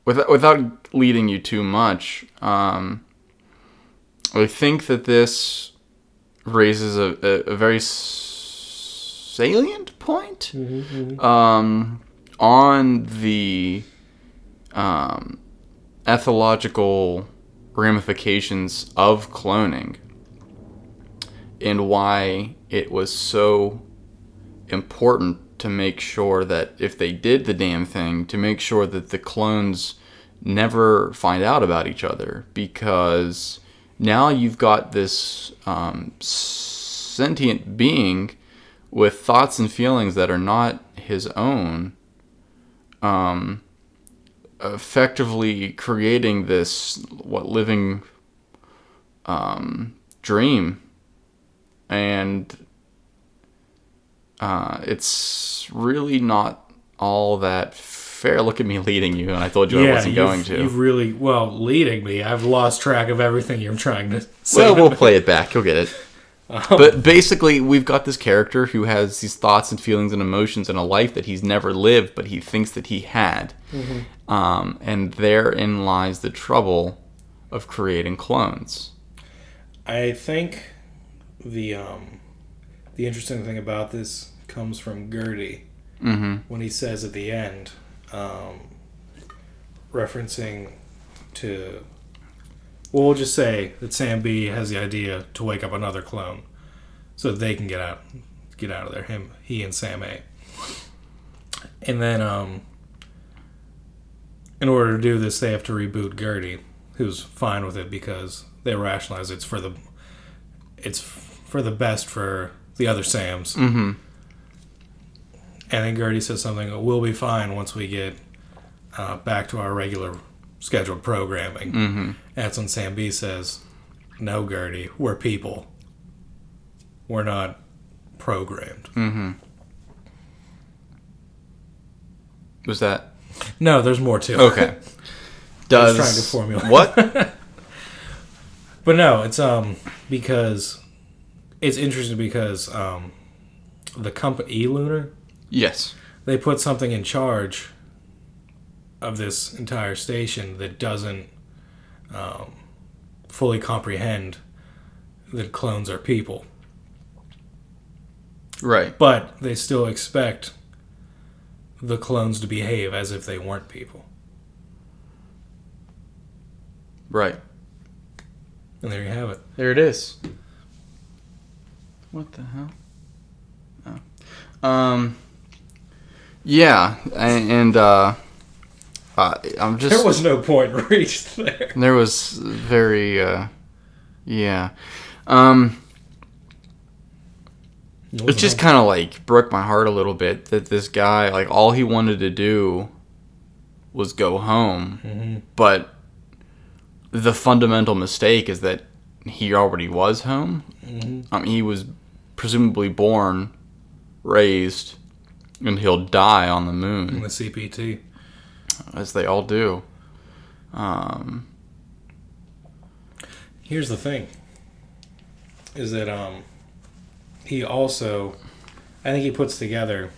S4: without without leading you too much, um, I think that this raises a, a, a very s- salient point um, on the um, ethological ramifications of cloning and why it was so important to make sure that if they did the damn thing, to make sure that the clones never find out about each other because now you've got this um, sentient being with thoughts and feelings that are not his own um, effectively creating this what living um, dream, and uh, it's really not all that fair. Look at me leading you, and I told you I wasn't
S3: you've-
S4: going to.
S3: You've really well leading me. I've lost track of everything you're trying to say.
S4: well, we'll play it back. You'll
S3: <laughs>
S4: get it.
S3: Um,
S4: but basically, we've got this character who has these thoughts and feelings and emotions and a life that he's never lived, but he thinks that he had.
S3: Mm-hmm.
S4: Um, and therein lies the trouble of creating clones.
S3: I think the um, the interesting thing about this comes from Gertie when he says at the end, um, referencing to. Well, we'll just say that Sam B has the idea to wake up another clone, so that they can get out, get out of there. Him, he, and Sam A. And then, um, in order to do this, they have to reboot Gertie, who's fine with it because they rationalize it's for the it's for the best for the other Sams. Mm-hmm. And then Gertie says something, "Oh, "We'll be fine once we get uh, back to our regular scheduled programming." Mm-hmm. That's when Sam B says, "No, Gertie, we're people. We're not programmed."
S4: Was that
S3: No, there's more to it. <laughs>
S4: okay? Does
S3: trying to formulate. <laughs>
S4: what?
S3: But no, it's um because it's interesting because um the company Lunar
S4: Yes.
S3: they put something in charge of this entire station that doesn't um, fully comprehend that clones are people,
S4: Right.
S3: but they still expect the clones to behave as if they weren't people.
S4: Right.
S3: And there you have it.
S4: There it is. What the hell? Oh. Um. Yeah, a- and uh, uh, I'm just
S3: There was no point <laughs> reached there.
S4: There was very, uh, yeah. Um, it just kind of like broke my heart a little bit that this guy, like, all he wanted to do was go home. But the fundamental mistake is that he already was home. Um, he was presumably born, raised, and he'll die on the moon.
S3: In the CPT.
S4: as they all do. Um,
S3: Here's the thing is that um he also I think he puts together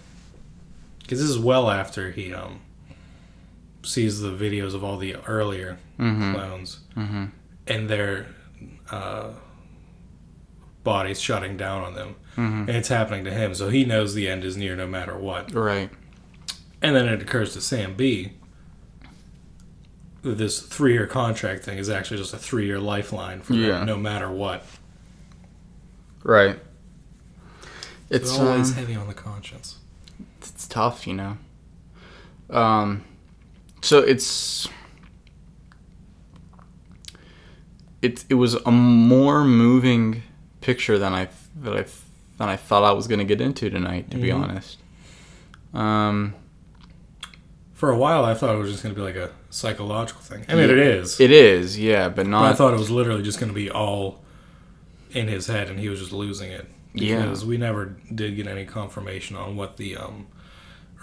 S3: cuz this is well after he um sees the videos of all the earlier clones and their uh bodies shutting down on them and it's happening to him so he knows the end is near no matter what
S4: right.
S3: and then it occurs to Sam B that this three year contract thing is actually just a three year lifeline for
S4: Yeah.
S3: them, no matter what.
S4: Right.
S3: It's,
S4: It's
S3: always
S4: um,
S3: heavy on the conscience.
S4: it's tough, you know. Um, so it's it it was a more moving picture than I that I than I thought I was going to get into tonight, to be
S3: Mhm.
S4: honest. Um,
S3: For a while, I thought it was just going to be like a psychological thing. I mean,
S4: Yeah.
S3: it is.
S4: it is, yeah, but not
S3: but I thought it was literally just going to be all in his head, and he was just losing it.
S4: Yeah.
S3: Because we never did get any confirmation on what the um,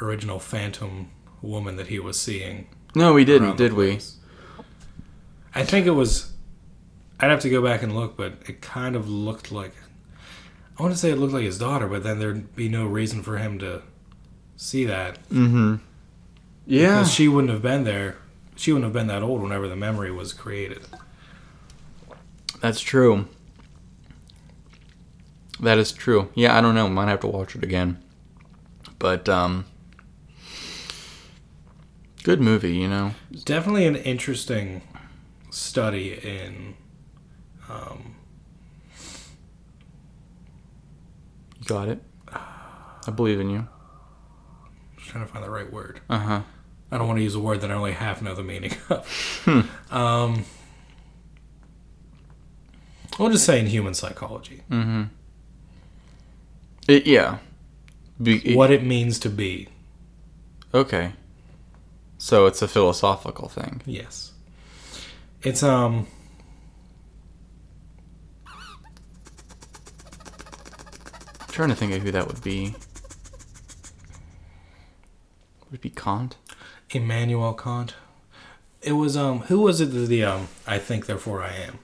S3: original Phantom woman that he was seeing
S4: no, we
S3: around
S4: didn't,
S3: the
S4: did we?
S3: place. I think it was. I'd have to go back and look, but it kind of looked like. I want to say it looked like his daughter, but then there'd be no reason for him to see that.
S4: Mm-hmm. Yeah,
S3: 'Cause She wouldn't have been there. She wouldn't have been that old whenever the memory was created.
S4: That's true. That is true. Yeah, I don't know. Might have to watch it again. But um good movie, you know.
S3: Definitely an interesting study in. Um,
S4: You got it. I believe in you.
S3: just trying to find the right word.
S4: Uh-huh.
S3: I don't want to use a word that I only half know the meaning of.
S4: Hmm.
S3: um, I'll just say in human psychology.
S4: Mhm. It, yeah. Be, it-
S3: what it means to be.
S4: Okay. So it's a philosophical thing.
S3: Yes. It's um
S4: I'm trying to think of who that would be. Would it be Kant?
S3: Immanuel Kant. It was um who was it that the um I think therefore I am.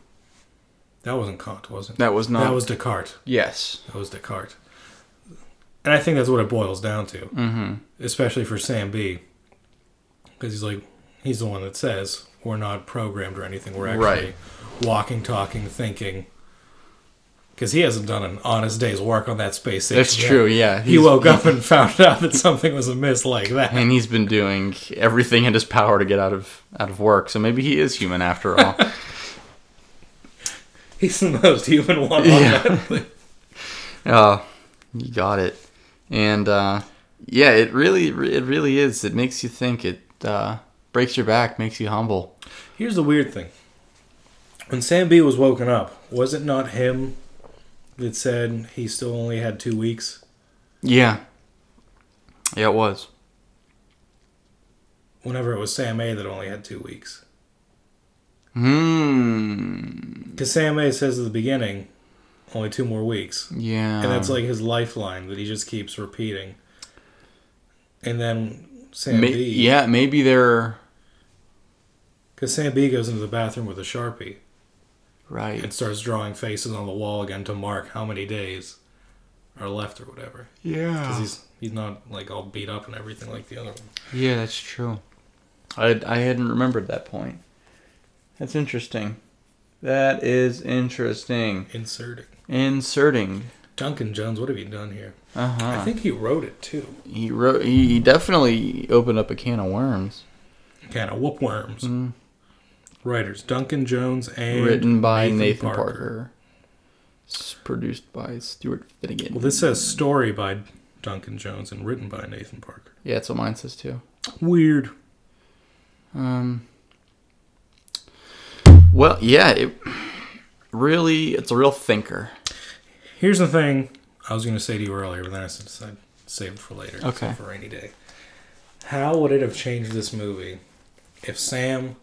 S3: That wasn't Kant, was it?
S4: That was not.
S3: That was Descartes.
S4: yes.
S3: That was Descartes. And I think that's what it boils down to, mm-hmm. especially for Sam B. Because he's like, he's the one that says we're not programmed or anything. We're actually
S4: Right.
S3: walking, talking, thinking. Because he hasn't done an honest day's work on that space station.
S4: That's
S3: yet.
S4: true, yeah.
S3: He
S4: He's-
S3: woke up and found out that something was amiss like
S4: <laughs>
S3: that.
S4: And he's been doing everything in his power to get out of out of work. So maybe he is human after <laughs> all.
S3: He's the most human one. on
S4: Yeah.
S3: that thing.
S4: Uh, you got it. And uh, yeah, it really, it really is. It makes you think. It uh, breaks your back, makes you humble.
S3: Here's the weird thing. When Sam B was woken up, was it not him that said he still only had two weeks?
S4: Yeah. Yeah, it was.
S3: Whenever it was Sam A that only had two weeks.
S4: Hmm.
S3: Because Sam A says at the beginning, only two more weeks.
S4: Yeah.
S3: And that's like his lifeline that he just keeps repeating. And then Sam
S4: Ma-
S3: B.
S4: yeah, maybe they're
S3: Because Sam B goes into the bathroom with a Sharpie and
S4: right.
S3: starts drawing faces on the wall again to mark how many days are left or whatever.
S4: Yeah.
S3: Because he's, he's not like all beat up and everything like the other one.
S4: Yeah, that's true. I I hadn't remembered that point. That's interesting. That is interesting.
S3: Inserting.
S4: Inserting.
S3: Duncan Jones, what have you done here?
S4: Uh huh.
S3: I think he wrote it too.
S4: he wrote. He he definitely opened up a can of worms.
S3: Kind of whoop worms. Writers Duncan Jones and
S4: written by Nathan, Parker. S- produced by Stuart Finnegan.
S3: Well, this says story by Duncan Jones and written by Nathan Parker.
S4: yeah, that's what mine says too.
S3: Weird.
S4: Um, well, yeah, it really it's a real thinker.
S3: Here's the thing I was going to say to you earlier, but then I s- decided to save it for later.
S4: Okay.
S3: For rainy day. How would it have changed this movie if Sam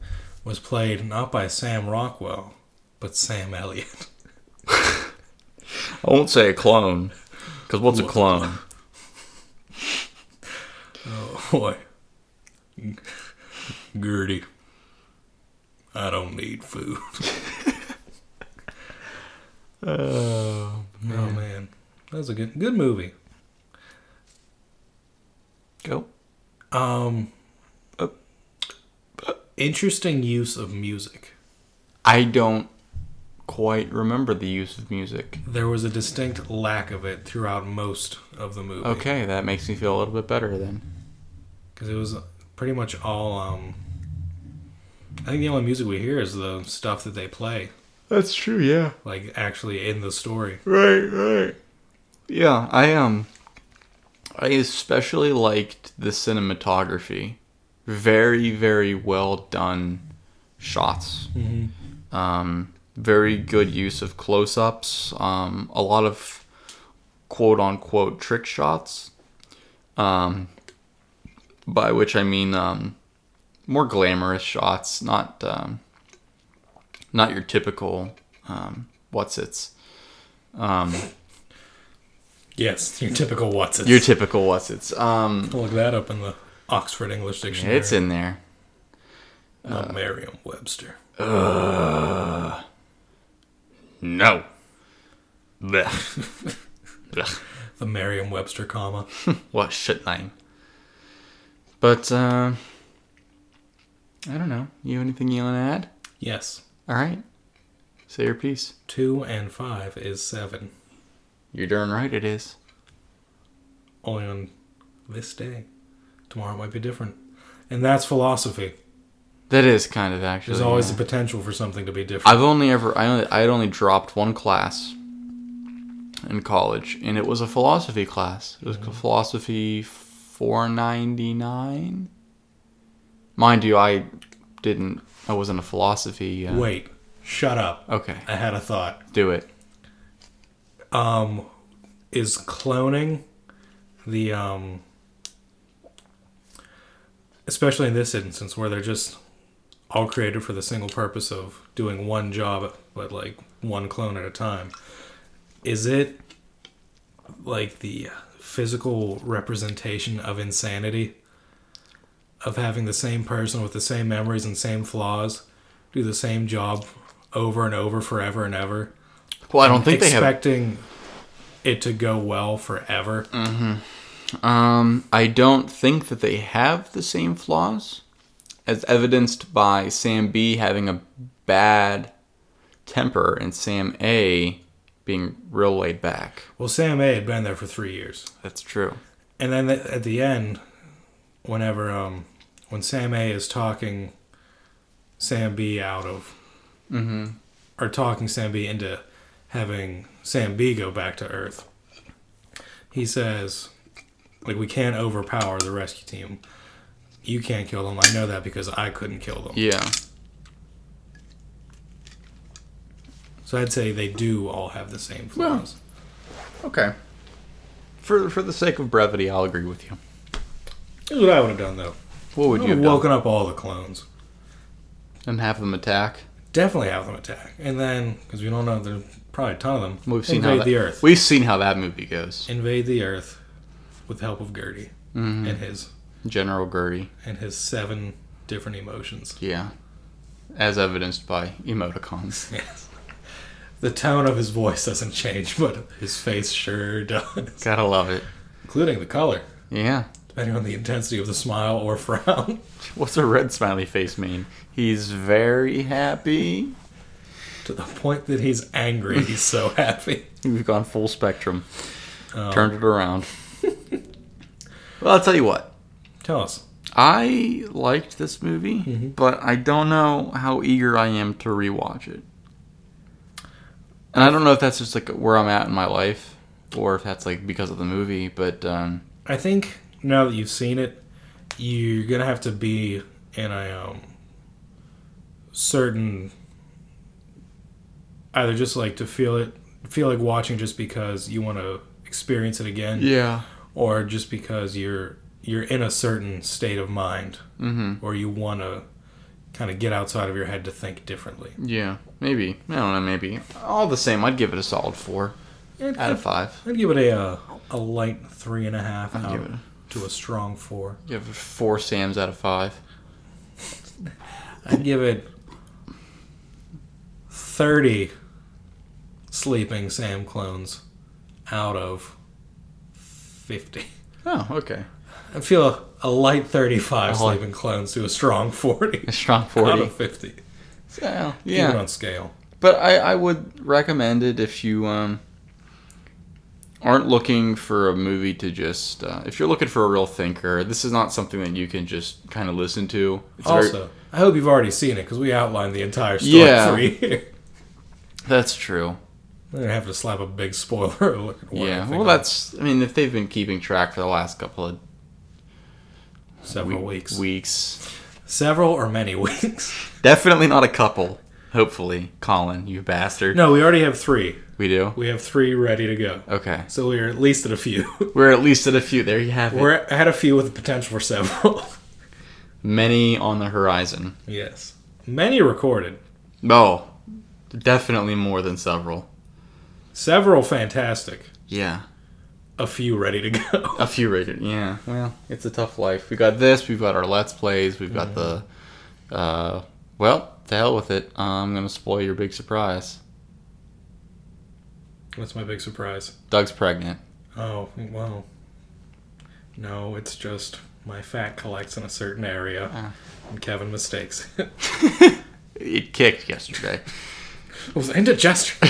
S3: was played not by Sam Rockwell, but Sam Elliott?
S4: I won't say a clone, because what's a clone?
S3: Oh boy. Gertie. I don't need food.
S4: <laughs> Oh,
S3: Oh man. That was a good good movie.
S4: go.
S3: Um interesting use of music.
S4: I don't quite remember the use of music.
S3: There was a distinct lack of it throughout most of the movie.
S4: Okay, that makes me feel a little bit better then.
S3: Because it was pretty much all um I think the only music we hear is the stuff that they play,
S4: That's true. Yeah.
S3: like actually in the story.
S4: Right, right. Yeah, I um I especially liked the cinematography. Very, very well done shots. Um very good use of close-ups, um a lot of quote unquote trick shots. Um by which I mean um more glamorous shots, not um not your typical um what's it's
S3: Yes, your typical what's it?
S4: Your typical what's it's um
S3: Look that up in the Oxford English Dictionary.
S4: it's in there.
S3: not Merriam-Webster.
S4: No. Blech.
S3: The Merriam-Webster comma.
S4: what a shit name. But uh, I don't know. You have anything you want to add?
S3: yes,
S4: All right. Say your piece.
S3: two and five is seven.
S4: You're darn right it is.
S3: Only on this day. Tomorrow might be different, and that's philosophy.
S4: That is kind of actually.
S3: There's always
S4: Oh, yeah.
S3: the potential for something to be different.
S4: I've only ever I only I had only dropped one class in college, and it was a philosophy class. It was philosophy four ninety nine. Mind you, I didn't. I wasn't a philosophy. Uh,
S3: Wait, shut up.
S4: Okay,
S3: I had a thought.
S4: do it.
S3: Is cloning the um especially in this instance where they're just all created for the single purpose of doing one job but like one clone at a time is it like the physical representation of insanity of having the same person with the same memories and same flaws do the same job over and over forever and ever
S4: Well, I don't think they have.
S3: expecting it to go well forever
S4: Um, I don't think that they have the same flaws, as evidenced by Sam B having a bad temper and Sam A being real laid back.
S3: well sam a had been there for three years
S4: That's true.
S3: and then th- at the end whenever um when sam a is talking sam b out of mm-hmm. or talking sam b into having sam b go back to earth he says like we can't overpower the rescue team you can't kill them i know that because i couldn't kill them
S4: Yeah.
S3: so i'd say they do all have the same
S4: Well,
S3: flaws
S4: Okay. For for the sake of brevity, I'll agree with you.
S3: here's what i would have done though
S4: What would
S3: i
S4: you have
S3: would have
S4: done?
S3: woken up all the clones
S4: And have them attack.
S3: definitely have them attack, and then because we don't know, there's probably a ton of them.
S4: We've seen
S3: invade
S4: how that,
S3: the Earth.
S4: We've seen how that movie goes.
S3: invade the Earth with the help of Gertie
S4: Mm-hmm.
S3: and his
S4: General Gurry.
S3: and his seven different emotions.
S4: Yeah. As evidenced by emoticons.
S3: Yes. The tone of his voice doesn't change, <laughs> but his face sure does,
S4: Gotta love it.
S3: including the color,
S4: Yeah.
S3: depending on the intensity of the smile or <laughs> frown.
S4: What's a red smiley face mean? He's very happy.
S3: to the point that he's angry, he's so happy.
S4: We've gone full spectrum.
S3: Um,
S4: Turned it around. <laughs> well, I'll tell you what.
S3: Tell us.
S4: I liked this movie,
S3: Mm-hmm.
S4: but I don't know how eager I am to rewatch it. And I don't know if that's just like where I'm at in my life, or if that's like because of the movie. But um,
S3: I think now that you've seen it, you're gonna have to be in a um, certain either just like to feel it, feel like watching just because you want to experience it again,
S4: yeah,
S3: or just because you're you're in a certain state of mind, mm-hmm. or you want to kind of get outside of your head to think differently.
S4: yeah, maybe I don't know. Maybe all the same, I'd give it a solid four
S3: I'd,
S4: out of
S3: I'd,
S4: five.
S3: give it a uh, a light three and a half
S4: I'd give
S3: out
S4: it a-
S3: to a strong four.
S4: Give it four Sams out of five.
S3: I'd give it 30 sleeping Sam clones out of 50.
S4: Oh, okay.
S3: I feel a, a light 35
S4: A light-
S3: sleeping clones to a strong 40,
S4: <laughs> A strong
S3: out
S4: Uh-huh. forty.
S3: of 50.
S4: Yeah,
S3: Keep it
S4: yeah.
S3: on scale.
S4: But I, I would recommend it if you um, aren't looking for a movie to just. Uh, if you're looking for a real thinker, this is not something that you can just kind of listen to. It's very-
S3: also, I hope you've already seen it because we outlined the entire story <laughs>
S4: Yeah.
S3: for you.
S4: that's true.
S3: I'm going to have to slap a big spoiler <laughs> alert. warning
S4: yeah.
S3: thing
S4: Well,
S3: on
S4: that's. I mean, if they've been keeping track for the last couple of
S3: several weeks.
S4: weeks,
S3: Several or many <laughs> weeks.
S4: definitely not a couple. Hopefully, Colin, you bastard.
S3: no, we already have three.
S4: We do.
S3: We have three ready to go.
S4: Okay.
S3: So we're at least at a few. <laughs>
S4: We're at least at a few. There you have it.
S3: We're had a few with the potential for several. <laughs>
S4: Many on the horizon.
S3: yes. Many recorded.
S4: Oh, definitely more than several.
S3: Several fantastic.
S4: Yeah.
S3: A few ready to
S4: <laughs>
S3: go. <laughs>
S4: A few rated, yeah. Well, it's a tough life. We got this. We've got our let's plays. We've got the, uh, well, to hell with it. I'm gonna spoil your big surprise.
S3: That's my big surprise.
S4: Doug's pregnant.
S3: Oh, well. No, it's just my fat collects in a certain area
S4: Ah.
S3: and Kevin mistakes. it
S4: <laughs>
S3: <laughs>
S4: It kicked yesterday.
S3: was indigestion.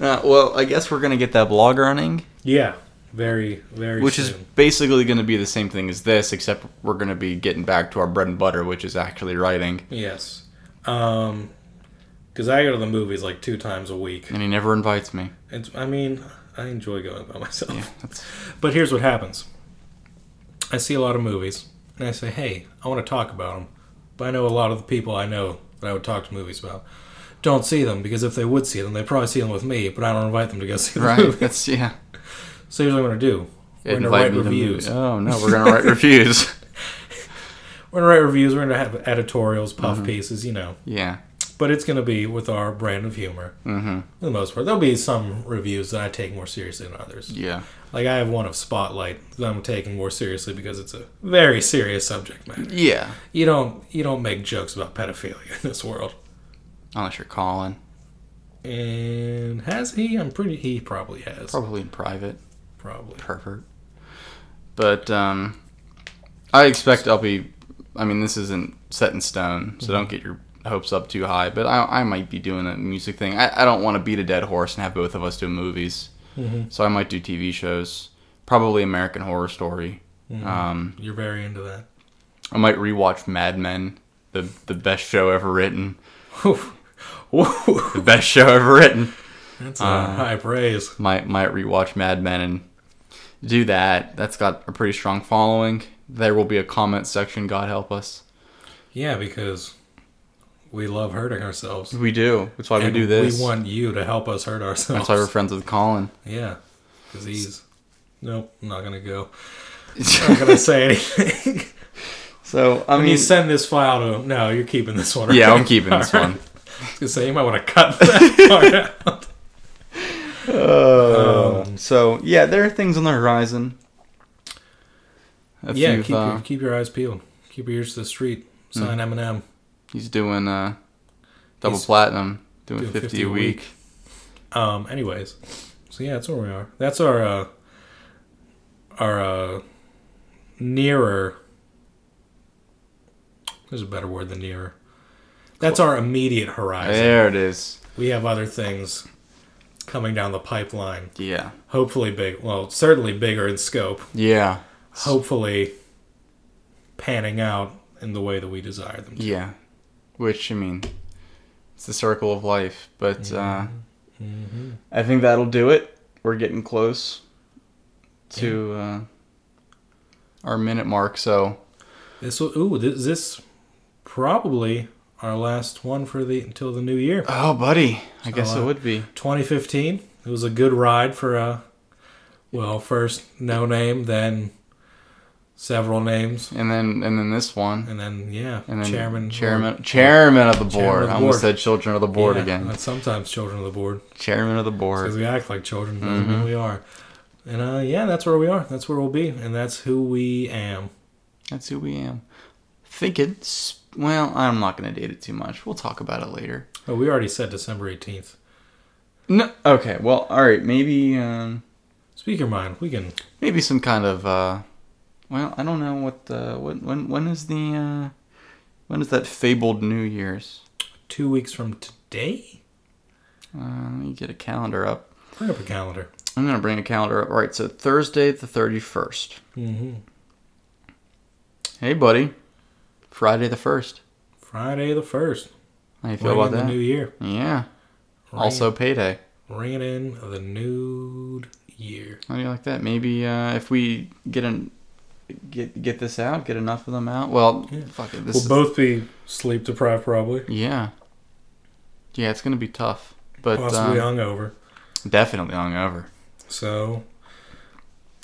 S4: uh, well, I guess we're gonna get that blog running,
S3: <laughs> yeah. Very, very
S4: which
S3: soon.
S4: is basically gonna be the same thing as this, except we're gonna be getting back to our bread and butter, which is actually writing.
S3: Yes. Um because I go to the movies like two times a week.
S4: And he never invites me.
S3: It's, I mean, I enjoy going by myself.
S4: <laughs> That's
S3: But here's what happens. I see a lot of movies, and I say, hey, I want to talk about them. But I know a lot of the people I know that I would talk to movies about don't see them because if they would see them, they'd probably see them with me, but I don't invite them to go <laughs> see the
S4: right.
S3: movie.
S4: That's yeah.
S3: So here's what I'm going to do. We're going to write
S4: me to
S3: reviews.
S4: <laughs> move- Oh no, we're gonna write reviews.
S3: We're gonna write reviews. We're gonna have editorials, puff
S4: Mm-hmm.
S3: pieces, you know.
S4: Yeah.
S3: But it's gonna be with our brand of humor
S4: Mm-hmm.
S3: for the most part. There'll be some reviews that I take more seriously than others.
S4: Yeah.
S3: Like I have one of Spotlight that I'm taking more seriously because it's a very serious subject matter.
S4: Yeah.
S3: You don't you don't make jokes about pedophilia in this world.
S4: Unless you're calling,
S3: And has he? I'm pretty. He probably has.
S4: probably in private,
S3: Probably.
S4: pervert. But um, I expect I'll be. I mean, this isn't set in stone, so don't get your hopes up too high. But I, I might be doing a music thing. I, I don't want to beat a dead horse and have both of us do movies. So I might do TV shows. Probably American Horror Story. Um,
S3: You're very into that. <laughs>
S4: I might rewatch Mad Men, the the best show ever written,
S3: Woo!
S4: the best show ever written.
S3: That's uh, high praise.
S4: Might might rewatch Mad Men and do that. That's got a pretty strong following. There will be a comment section. God help us.
S3: Yeah, because we love hurting ourselves.
S4: We do. That's why
S3: And
S4: we do this.
S3: We want you to help us hurt ourselves.
S4: That's why we're friends with Colin.
S3: yeah, because he's. Nope, I'm not gonna go. <laughs> I'm not gonna say anything.
S4: <laughs> so <laughs> I
S3: I
S4: mean,
S3: mean, you send this file to. No, you're keeping this one. <laughs>
S4: yeah,
S3: right?
S4: I'm keeping this
S3: All right.
S4: one.
S3: I was gonna say you might want to cut that <laughs> part
S4: <laughs>
S3: out.
S4: Um, so yeah, there are things on the horizon. If
S3: yeah,
S4: you've,
S3: keep
S4: uh,
S3: your, keep your eyes peeled. Keep your ears to the street. Sign Eminem.
S4: he's doing uh, double
S3: He's
S4: platinum, doing,
S3: doing
S4: 50, a week.
S3: Um. Anyways, so yeah, that's where we are. That's our uh, our uh, nearer. There's a better word than nearer. That's our immediate horizon.
S4: There it is.
S3: We have other things coming down the pipeline.
S4: Yeah.
S3: Hopefully big. Well, certainly bigger in scope.
S4: Yeah.
S3: Hopefully panning out in the way that we desire them. to.
S4: Yeah. Which, I mean, it's the circle of life. But uh,
S3: Mm-hmm.
S4: I think that'll do it. We're getting close to uh, our minute mark. So,
S3: This will. Ooh. This, this probably our last one for the until the new year.
S4: oh, buddy. I guess
S3: So,
S4: it
S3: uh,
S4: would be.
S3: 2015. It was a good ride for uh well, first no name, then several names,
S4: And then, and then this one.
S3: and then yeah,
S4: And then
S3: chairman,
S4: chairman, chairman of the board.
S3: of the
S4: I
S3: board.
S4: almost said children of the board
S3: Yeah,
S4: again.
S3: that's sometimes children of the board
S4: Chairman of the
S3: because
S4: board. Mm-hmm.
S3: we act like children, but we are. And uh, yeah, that's where we are. That's where we'll be, and that's who we am.
S4: That's who we am. Think it's well. I'm not going to date it too much. We'll talk about it later.
S3: Oh, we already said December 18th.
S4: No. Okay. Well. All right. Maybe. Um,
S3: Speak your mind. We can.
S4: maybe some kind of uh well i don't know what the when when, when is the uh when is that fabled new year's
S3: Two weeks from today.
S4: uh, let me get a calendar up
S3: Bring up a calendar.
S4: i'm gonna bring a calendar up all right so thursday the 31st
S3: hmm
S4: hey buddy friday the 1st
S3: Friday the first.
S4: how you feel
S3: Bring in
S4: about
S3: the
S4: that
S3: new year.
S4: yeah
S3: Ring-
S4: also payday
S3: Ringing in the nude year.
S4: how do you like that maybe uh if we get an get get this out get enough of them out well
S3: Yeah.
S4: fuck it this
S3: We'll
S4: is-
S3: both be sleep deprived, probably.
S4: yeah yeah it's gonna be tough but
S3: Possibly
S4: um,
S3: hungover.
S4: definitely hungover
S3: So,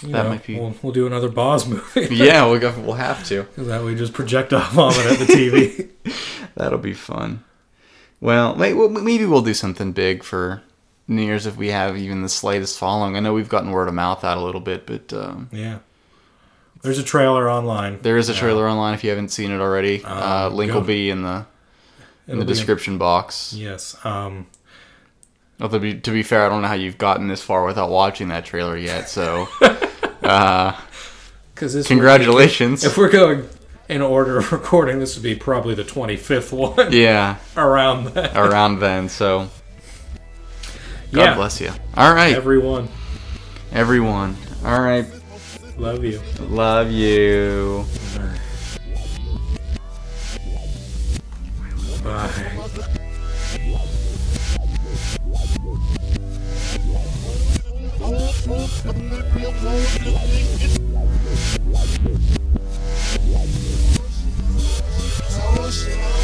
S3: you
S4: That
S3: know,
S4: might be-
S3: we'll, we'll do another Boz movie.
S4: <laughs> yeah, we'll go, we'll have to.
S3: 'Cause <laughs> that we just projectile vomit at the
S4: <laughs>
S3: TV.
S4: That'll be fun. Well, may- well, maybe we'll do something big for New Year's if we have even the slightest following. I know we've gotten word of mouth out a little bit, but um,
S3: yeah. There's a trailer online.
S4: there is a trailer online if you haven't seen it already. Uh,
S3: Um,
S4: link
S3: go-
S4: will be in the in
S3: It'll
S4: the
S3: be
S4: description box.
S3: Yes. Um,
S4: Although, to be, to be fair, I don't know how you've gotten this far without watching that trailer yet. <laughs> So,
S3: Cause this would be-
S4: congratulations.
S3: if we're going in order of <laughs> recording, this would be probably the 25th <laughs> one
S4: <laughs> yeah,
S3: around that.
S4: around then. So, God
S3: yeah.
S4: bless you. All right,
S3: Everyone,
S4: everyone. All right,
S3: love you.
S4: love you.
S3: Bye.
S1: Told you.